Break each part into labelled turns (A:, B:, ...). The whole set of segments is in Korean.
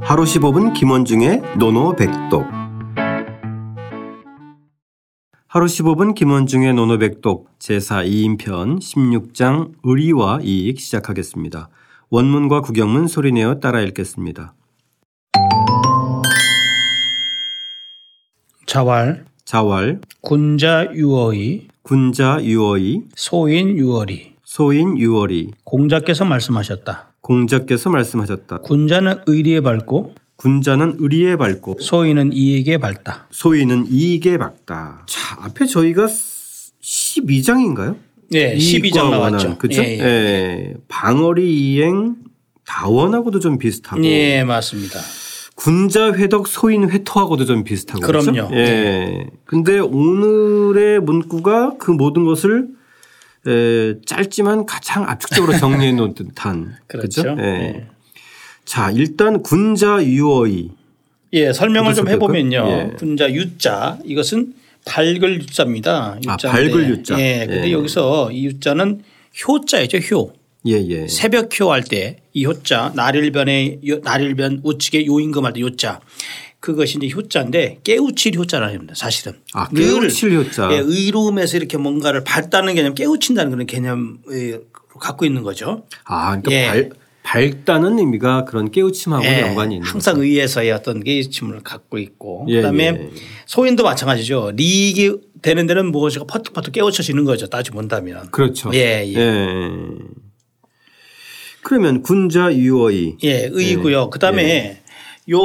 A: 하루 15분 김원중의 노노백독 하루 15분 김원중의 노노백독 제4이인편 16장 의리와 이익 시작하겠습니다. 원문과 구경문 소리내어 따라 읽겠습니다.
B: 자왈
A: 자왈,
B: 군자 유어이
A: 군자 유어이,
B: 소인 유어리
A: 소인 유어리,
B: 공자께서 말씀하셨다.
A: 공자께서 말씀하셨다.
B: 군자는 의리에 밝고
A: 군자는 의리에 밝고
B: 소인은 이익에 밝다.
A: 소인은 이익에 밝다. 자, 앞에 저희가 12장인가요?
B: 예,
A: 이익과 원한, 그죠?
B: 예,
A: 예,
B: 예.
A: 방어리 이행 다원하고도 좀 비슷하고
B: 예, 맞습니다.
A: 군자 회덕 소인 회토하고도 좀 비슷하고 그죠?
B: 그럼요.
A: 예. 근데 오늘의 문구가 그 모든 것을 에, 짧지만 가장 압축적으로 정리해 놓은 듯한
B: 그렇죠.
A: 그죠? 예.
B: 예.
A: 자, 일단 군자 유어이
B: 예, 설명을 좀
A: 어떻습니까?
B: 해보면요.
A: 예.
B: 군자 유자 이것은 밝을 유자입니다.
A: 아,
B: 유자인데.
A: 밝을 유자.
B: 예, 근데
A: 예.
B: 여기서 이 유자는 효자이죠. 효.
A: 예, 예.
B: 새벽효 할 때 이 효자 날일변의 요- 날일변 우측에 요임금 할 때 요자 그것이 이제 효자인데 깨우칠 효자라는 겁니다. 사실은
A: 아, 깨우칠
B: 늘,
A: 효자.
B: 예, 의로움에서 이렇게 뭔가를 밝다는 개념 깨우친다는 그런 개념을 갖고 있는 거죠.
A: 아, 그러니까
B: 예.
A: 밝, 밝다는 의미가 그런 깨우침하고
B: 예,
A: 는 아, 연관이 있는
B: 항상 의에서의 어떤 깨우침을 갖고 있고
A: 예,
B: 그다음에
A: 예.
B: 소인도 마찬가지죠. 리익이 되는 데는 무엇이가 퍼뜩퍼뜩 깨우쳐지는 거죠. 따지고 본다면.
A: 그렇죠.
B: 예, 예.
A: 그러면 군자 유어이
B: 예, 의이고요. 그다음에
A: 예.
B: 요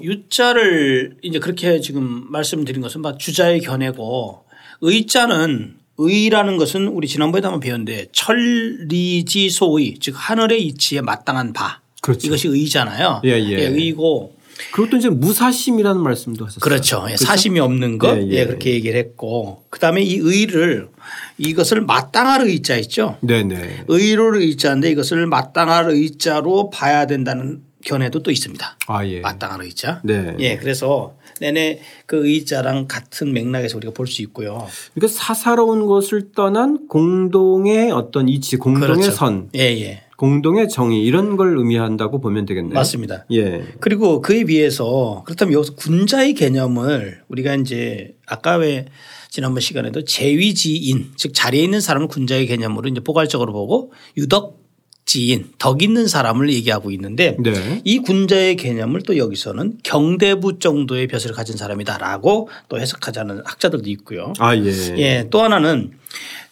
B: 유자를 이제 그렇게 지금 말씀드린 것은 막 주자의 견해고 의자는 의라는 것은 우리 지난번에도 한번 배웠는데 천리지소의 즉 하늘의 이치에 마땅한 바
A: 그렇죠.
B: 이것이 의잖아요.
A: 예, 예.
B: 의고
A: 그것도 이제 무사심이라는 말씀도 하셨어요.
B: 그렇죠. 예, 사심이 없는 것.
A: 예,
B: 예,
A: 예.
B: 그렇게 얘기를 했고 그다음에 이 의를 이것을 마땅할 의자 있죠.
A: 네네.
B: 의로를 의자인데 이것을 마땅할 의자로 봐야 된다는 견해도 또 있습니다.
A: 아 예.
B: 마땅한 의자.
A: 네.
B: 예, 그래서 내내 그 의자랑 같은 맥락에서 우리가 볼 수 있고요.
A: 그러니까 사사로운 것을 떠난 공동의 어떤 이치, 공동의 선,
B: 예, 예.
A: 공동의 정의 이런 걸 의미한다고 보면 되겠네요.
B: 맞습니다.
A: 예.
B: 그리고 그에 비해서 그렇다면 여기서 군자의 개념을 우리가 이제 아까 왜 지난번 시간에도 재위지인 즉 자리에 있는 사람을 군자의 개념으로 이제 포괄적으로 보고 유덕지인 덕 있는 사람을 얘기하고 있는데
A: 네.
B: 이 군자의 개념을 또 여기서는 경대부 정도의 벼슬을 가진 사람이다라고 또 해석하자는 학자들도 있고요.
A: 아 예.
B: 예, 또 하나는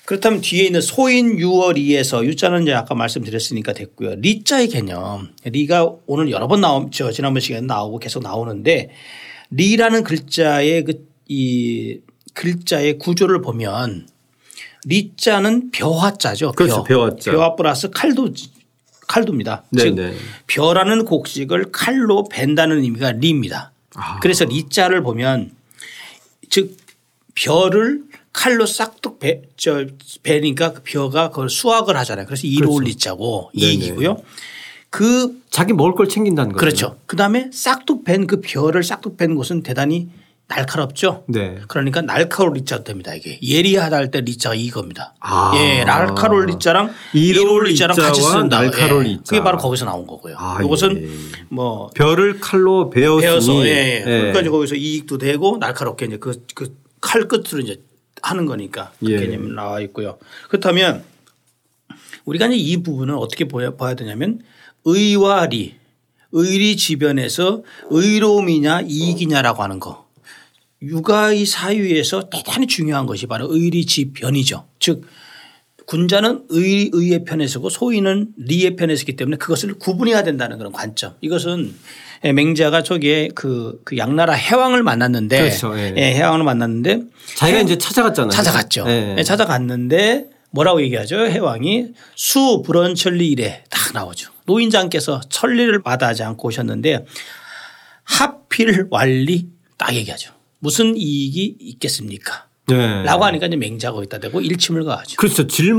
B: 그렇다면 뒤에 있는 소인 유월이에서 유자는 이제 아까 말씀드렸으니까 됐고요. 리자의 개념. 리가 오늘 여러 번 나오죠. 지난번 시간에 나오고 계속 나오는데 리라는 글자의 그 이 글자의 구조를 보면 리자는 벼화자죠.
A: 그렇죠. 벼화자.
B: 벼화 플러스 칼도 칼도입니다. 즉
A: 네네.
B: 벼라는 곡식을 칼로 벤다는 의미가 리입니다.
A: 아.
B: 그래서 리자를 보면 즉 벼를 칼로 싹둑 베, 저, 베니까 그 벼가 그걸 수확을 하잖아요. 그래서 이로울 리자고
A: 그렇죠. 네네.
B: 이익이고요. 그
A: 자기 먹을 걸 챙긴다는 거죠.
B: 그렇죠. 그 다음에 싹둑 벤 그 벼를 싹둑 벤 곳은 대단히 날카롭죠.
A: 네.
B: 그러니까 날카로울 리자도 됩니다. 이게 예리하다 할 때 리자가 이겁니다.
A: 아.
B: 예, 날카로울 리자랑
A: 이로울
B: 이로울 리자랑 같이
A: 리자와
B: 쓴다.
A: 날카로울
B: 예,
A: 리자.
B: 그게 바로 거기서 나온 거고요.
A: 아,
B: 이것은
A: 예.
B: 뭐
A: 별을 칼로 베었으니
B: 베어서 예, 예.
A: 예.
B: 그러니까 이제 거기서 이익도 되고 날카롭게 이제 그, 그 칼 끝으로 이제 하는 거니까 그
A: 예.
B: 개념이 나와 있고요. 그렇다면 우리가 이제 이 부분을 어떻게 보야, 봐야 되냐면 의와 리 의리 지변에서 의로움이냐 이익이냐라고 하는 거. 육아의 사유에서 대단히 중요한 것이 바로 의리 지변이죠. 즉 군자는 의, 의의 편에 서고 소인은 리의 편에 서기 때문에 그것을 구분해야 된다는 그런 관점. 이것은 예, 맹자가 저기에 그, 그 양나라 해왕을 만났는데
A: 그렇죠. 예.
B: 예, 해왕을 만났는데
A: 자기가 이제 찾아갔잖아요.
B: 찾아갔죠.
A: 예.
B: 예, 찾아갔는데 뭐라고 얘기하죠? 해왕이 수 불언천리 이래 딱 나오죠. 노인장께서 천리를 마다하지 않고 오셨는데 하필 완리 딱 얘기하죠. 무슨 이익이 있겠습니까?
A: 예.
B: 라고 하니까 이제 맹자가 있다 대고 일침을 가하죠.
A: 그렇죠. 질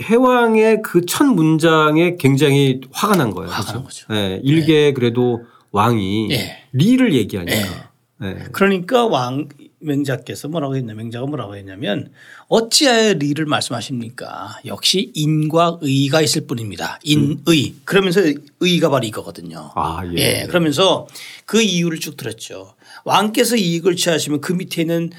A: 해왕의 그 첫 문장에 굉장히 화가 난 거예요.
B: 화가
A: 그렇죠?
B: 난 거죠.
A: 예, 일개 그래도 왕이
B: 예.
A: 리를 얘기하니까. 네.
B: 그러니까 왕 맹자께서 뭐라고 했냐 맹자가 뭐라고 했냐면 어찌하여 리를 말씀하십니까 역시 인과 의가 있을 뿐입니다 인의 그러면서 의가 바로 이거거든요
A: 아, 예.
B: 그러면서 그 이유를 쭉 들었죠 왕께서 이익을 취하시면 그 밑에 있는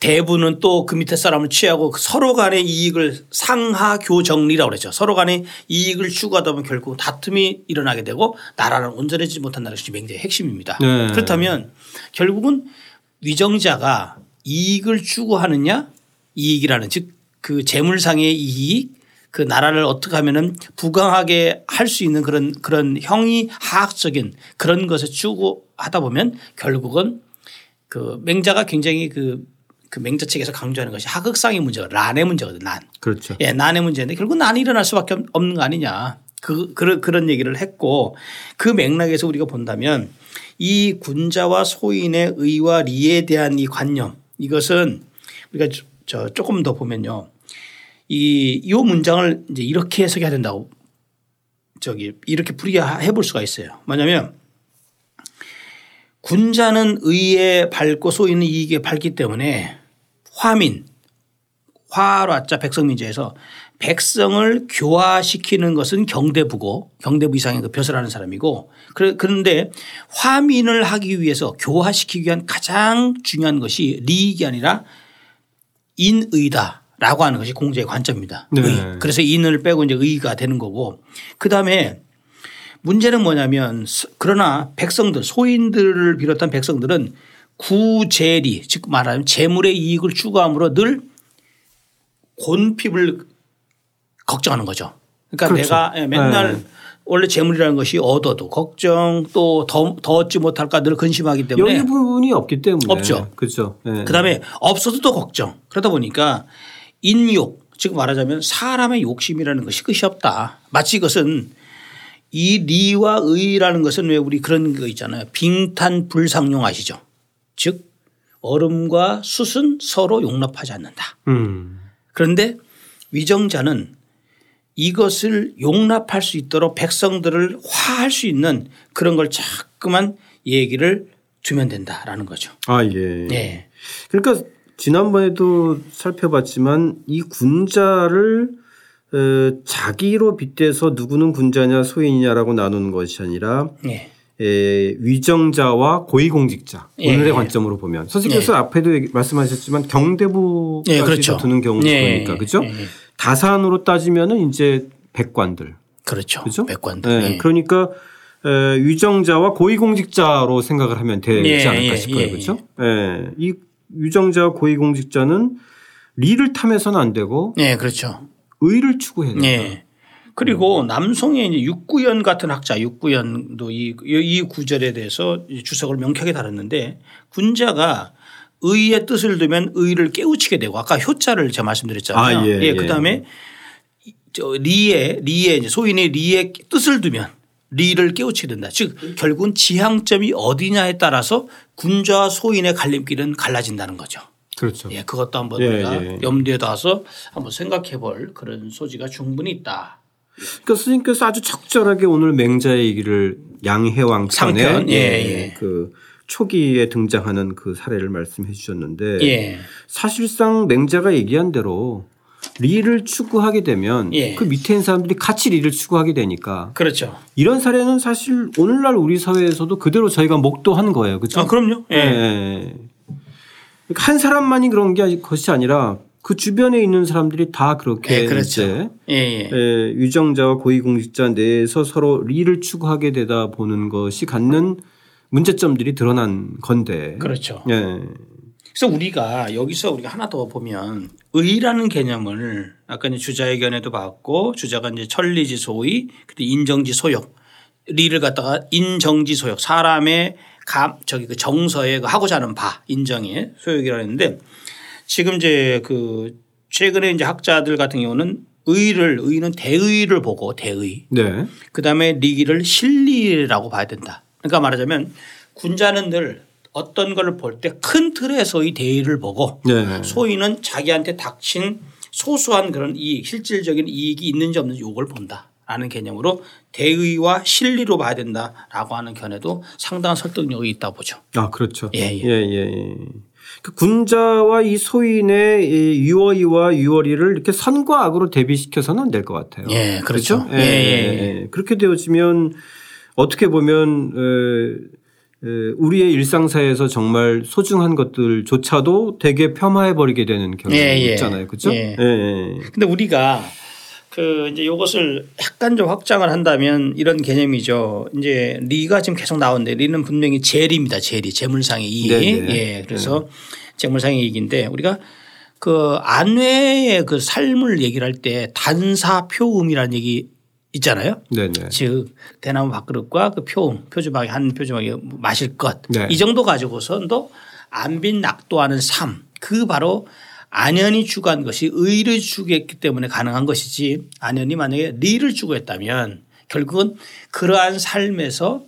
B: 대부는 또 그 밑에 사람을 취하고 서로 간의 이익을 상하 교정리라고 그러죠. 서로 간의 이익을 추구하다 보면 결국 다툼이 일어나게 되고 나라를 온전해지지 못한다는 것이 맹자의 핵심입니다.
A: 네.
B: 그렇다면 결국은 위정자가 이익을 추구하느냐 이익이라는 즉 그 재물상의 이익 그 나라를 어떻게 하면은 부강하게 할 수 있는 그런 그런 형이 하학적인 그런 것을 추구하다 보면 결국은 그 맹자가 굉장히 그, 그 맹자 책에서 강조하는 것이 하극상의 문제가 난의 문제거든 난.
A: 그렇죠.
B: 예, 난의 문제인데 결국 난이 일어날 수밖에 없- 없는 거 아니냐. 그, 그런, 그런 얘기를 했고 그 맥락에서 우리가 본다면 이 군자와 소인의 의와 리에 대한 이 관념 이것은 우리가 저- 저 조금 더 보면요. 이, 요 문장을 이제 이렇게 해석해야 된다고 저기 이렇게 풀이해 볼 수가 있어요. 뭐냐면 군자는 의에 밝고 소인은 이익에 밝기 때문에 화민 화라자 백성민자에서 백성을 교화시키는 것은 경대부고 경대부 이상의 그 벼슬 하는 사람이고 그래- 그런데 화민을 하기 위해서 교화시키기 위한 가장 중요한 것이 리익이 아니라 인의다라고 하는 것이 공자의 관점입니다.
A: 네.
B: 의. 그래서 인을 빼고 이제 의가 되는 거고 그다음에 문제는 뭐냐면 스- 그러나 백성들 소인들을 비롯한 백성들은 구재리 즉 말하면 재물의 이익을 추구함으로 늘 곤핍을 걱정하는 거죠. 그러니까
A: 그렇죠.
B: 내가 예, 맨날
A: 네.
B: 원래 재물이라는 것이 얻어도 걱정 또 더 얻지 못할까 늘 근심하기 때문에
A: 여유 부분이 없기 뭐- 때문에
B: 없죠.
A: 그렇죠. 예.
B: 그다음에 없어도 또 걱정. 그러다 보니까 인욕 즉 말하자면 사람의 욕심이라는 것이 끝이 없다. 마치 이것은 이 리와 의라는 것은 왜 우리 그런 거 있잖아요. 빙탄 불상용 아시죠? 즉 얼음과 숯은 서로 용납하지 않는다.
A: 음.
B: 그런데 위정자는 이것을 용납할 수 있도록 백성들을 화할 수 있는 그런 걸 자꾸만 얘기를 주면 된다라는 거죠.
A: 아 예.
B: 네.
A: 그러니까 지난번에도 살펴봤지만 이 군자를 에, 자기로 빗대서 누구는 군자냐 소인이냐라고 나누는 것이 아니라
B: 예.
A: 에, 위정자와 고위공직자
B: 예,
A: 오늘의
B: 예.
A: 관점으로 보면 선생님께서 앞에도 얘기- 말씀하셨지만 경대부까지도
B: 예, 그렇죠.
A: 드는 경우도
B: 예,
A: 보니까
B: 예,
A: 그죠?
B: 예, 예.
A: 다산으로 따지면은 이제 백관들
B: 그렇죠.
A: 그죠?
B: 백관들.
A: 네,
B: 예.
A: 그러니까 에, 위정자와 고위공직자로 생각을 하면 되지
B: 예,
A: 않을까
B: 예,
A: 싶어요.
B: 예,
A: 그렇죠? 예. 이 위정자와 고위공직자는 리를 탐해서는 안 되고
B: 예, 그렇죠.
A: 의를 추구해야 된다.
B: 예. 그리고
A: 음.
B: 남송의 이제 육구연 같은 학자 육구연도 이, 이 구절에 대해서 이 주석을 명쾌하게 다뤘는데 군자가 의의 뜻을 두면 의를 깨우치게 되고 아까 효자를 제가 말씀드렸잖아요.
A: 아, 예, 예.
B: 그다음에 이- 저 리에 리에 이제 소인의 리에 뜻을 두면 리를 깨우치게 된다. 즉 결국은 지향점이 어디냐에 따라서 군자와 소인의 갈림길은 갈라진다는 거죠.
A: 그렇죠.
B: 예, 그것도 한번
A: 예,
B: 우리가
A: 예.
B: 염두에 둬서 한번 생각해 볼 그런 소지가 충분히 있다.
A: 그러니까 스님께서 아주 적절하게 오늘 맹자의 얘기를 양해왕 편에
B: 상편, 예, 예.
A: 그 초기에 등장하는 그 사례를 말씀해 주셨는데
B: 예.
A: 사실상 맹자가 얘기한 대로 리를 추구하게 되면
B: 예.
A: 그 밑에 있는 사람들이 같이 리를 추구하게 되니까
B: 그렇죠.
A: 이런 사례는 사실 오늘날 우리 사회에서도 그대로 저희가 목도한 거예요. 그렇죠?
B: 아, 그럼요. 예.
A: 예. 그러니까 한 사람만이 그런 게 아니- 것이 아니라 그 주변에 있는 사람들이 다 그렇게
B: 예, 그렇죠.
A: 이제
B: 예, 예.
A: 예, 유정자와 고위공직자 내에서 서로 리를 추구하게 되다 보는 것이 갖는 문제점들이 드러난 건데.
B: 그렇죠.
A: 예.
B: 그래서 우리가 여기서 우리가 하나 더 보면 의라는 개념을 아까 이제 주자의견에도 봤고 주자가 이제 천리지 소의 그때 인정지 소욕 리를 갖다가 인정지 소욕 사람의 감 저기 그 정서에 그 하고자 하는 바 인정의 소욕이라 했는데 지금 이제 그 최근에 이제 학자들 같은 경우는 의를 의는 대의를 보고 대의
A: 네.
B: 그다음에 리기를 실리라고 봐야 된다. 그러니까 말하자면 군자는 늘 어떤 걸 볼 때 큰 틀에서의 대의를 보고
A: 네.
B: 소인은 자기한테 닥친 소소한 그런 이익, 실질적인 이익이 있는지 없는지 요걸 본다. 라는 개념으로 대의와 실리로 봐야 된다라고 하는 견해도 상당한 설득력이 있다 보죠.
A: 아, 그렇죠.
B: 예, 예.
A: 예. 그 군자와 이 소인의 이 유어이와 유어리를 이렇게 선과 악으로 대비시켜서는 안 될 것 같아요.
B: 예, 그렇죠.
A: 예,
B: 예,
A: 예, 예. 그렇게 되어지면 어떻게 보면 에, 에, 우리의 일상사에서 정말 소중한 것들조차도 되게 폄하해 버리게 되는 경우가
B: 예, 예.
A: 있잖아요, 그렇죠?
B: 예. 근데 우리가 그 이제 이것을 약간 좀 확장을 한다면 이런 개념이죠. 이제 리가 지금 계속 나오는데 리는 분명히 재리입니다. 재리 재물상의 이익.
A: 네네.
B: 예. 그래서 재물상의 이익인데 우리가 그 안외의 그 삶을 얘기를 할 때 단사표음이라는 얘기 있잖아요.
A: 네, 네.
B: 즉 대나무 밥그릇과 그 표음 표주박이 한 표주박이 마실 것 이
A: 네.
B: 정도 가지고선도 안빈 낙도하는 삶 그 바로 안연이 추구한 것이 의를 추구했기 때문에 가능한 것이지 안연이 만약에 리를 추구했다면 결국은 그러한 삶에서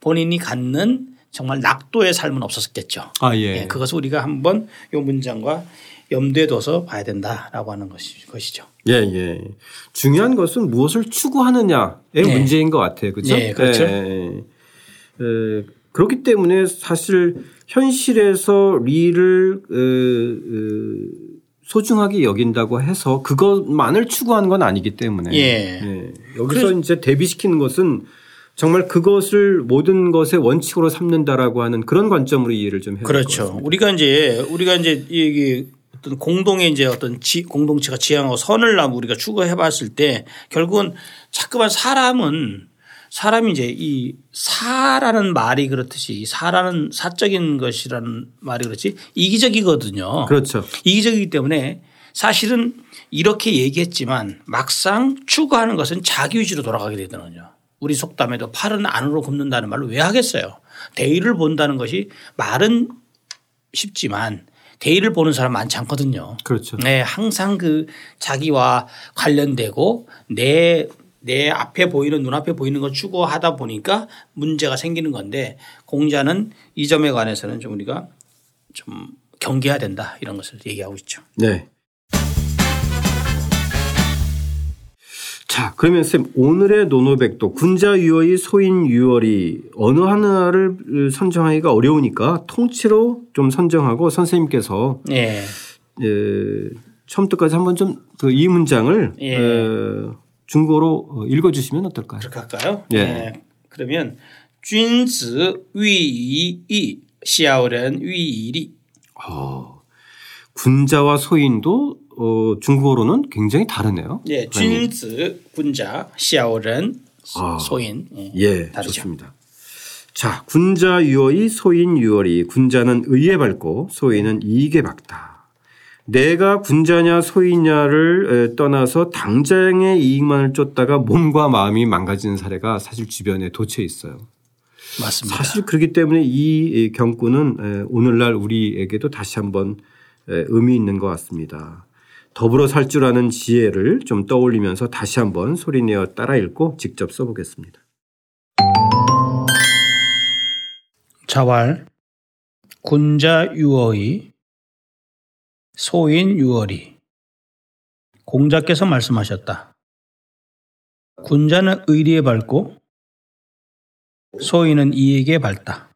B: 본인이 갖는 정말 낙도의 삶은 없었겠죠.
A: 아, 예.
B: 예, 그것을 우리가 한번 이 문장과 염두에 둬서 봐야 된다라고 하는 것이- 것이죠.
A: 예, 예. 중요한 것은 무엇을 추구하느냐의
B: 네.
A: 문제인 것 같아요. 그렇죠?
B: 네, 그렇죠.
A: 예, 예. 에, 그렇기 때문에 사실 현실에서 리를 에, 에, 소중하게 여긴다고 해서 그것만을 추구하는 건 아니기 때문에
B: 예.
A: 예. 여기서 이제 대비시키는 것은 정말 그것을 모든 것의 원칙으로 삼는다라고 하는 그런 관점으로 이해를 좀 해야 될것
B: 그렇죠. 우리가 이제 우리가 이제 이게 어떤 공동의 이제 어떤 지, 공동체가 지향하고 선을 나무 우리가 추구해 봤을 때 결국은 자꾸만 사람은 사람이 이제 이 사라는 말이 그렇듯이 이 사라는 사적인 것이라는 말이 그렇지 이기적이거든요.
A: 그렇죠.
B: 이기적이기 때문에 사실은 이렇게 얘기했지만 막상 추구하는 것은 자기 위주로 돌아가게 되거든요. 우리 속담에도 팔은 안으로 굽는다는 말로 왜 하겠어요? 대의를 본다는 것이 말은 쉽지만 대의를 보는 사람 많지 않거든요.
A: 그렇죠.
B: 네, 항상 그 자기와 관련되고 내, 내 앞에 보이는 눈앞에 보이는 걸 추구하다 보니까 문제가 생기는 건데 공자는 이 점에 관해서는 좀 우리가 좀 경계해야 된다 이런 것을 얘기하고 있죠.
A: 네. 자, 그러면 쌤, 오늘의 노노백도 군자유어의 소인 유월이 어느 하나를 선정하기가 어려우니까 통치로 좀 선정하고 선생님께서
B: 예.
A: 예, 처음부터까지 한번 좀 그 이 문장을
B: 예.
A: 어, 중국어로 어, 읽어주시면 어떨까요?
B: 그렇게 할까요? 네.
A: 예.
B: 그러면 준즈 위이이 시아오른 위이리
A: 어, 군자와 소인도 어, 중국어로는 굉장히 다르네요.
B: 예, 준즈 군자 시아오른
A: 아.
B: 소인 예.
A: 예,
B: 다르죠.
A: 좋습니다. 자, 군자 유어이 소인 유어리 군자는 의에 밝고 소인은 이익에 밝다. 내가 군자냐 소인냐를 에, 떠나서 당장의 이익만을 쫓다가 몸과 마음이 망가지는 사례가 사실 주변에 도체 있어요.
B: 음. 맞습니다.
A: 사실 그렇기 때문에 이 에, 경구는 에, 오늘날 우리에게도 다시 한번 에, 의미 있는 것 같습니다. 더불어 살 줄 아는 지혜를 좀 떠올리면서 다시 한번 소리내어 따라 읽고 직접 써보겠습니다.
B: 자왈 군자 유어이 소인 유어리 공자께서 말씀하셨다. 군자는 의리에 밝고 소인은 이익에 밝다.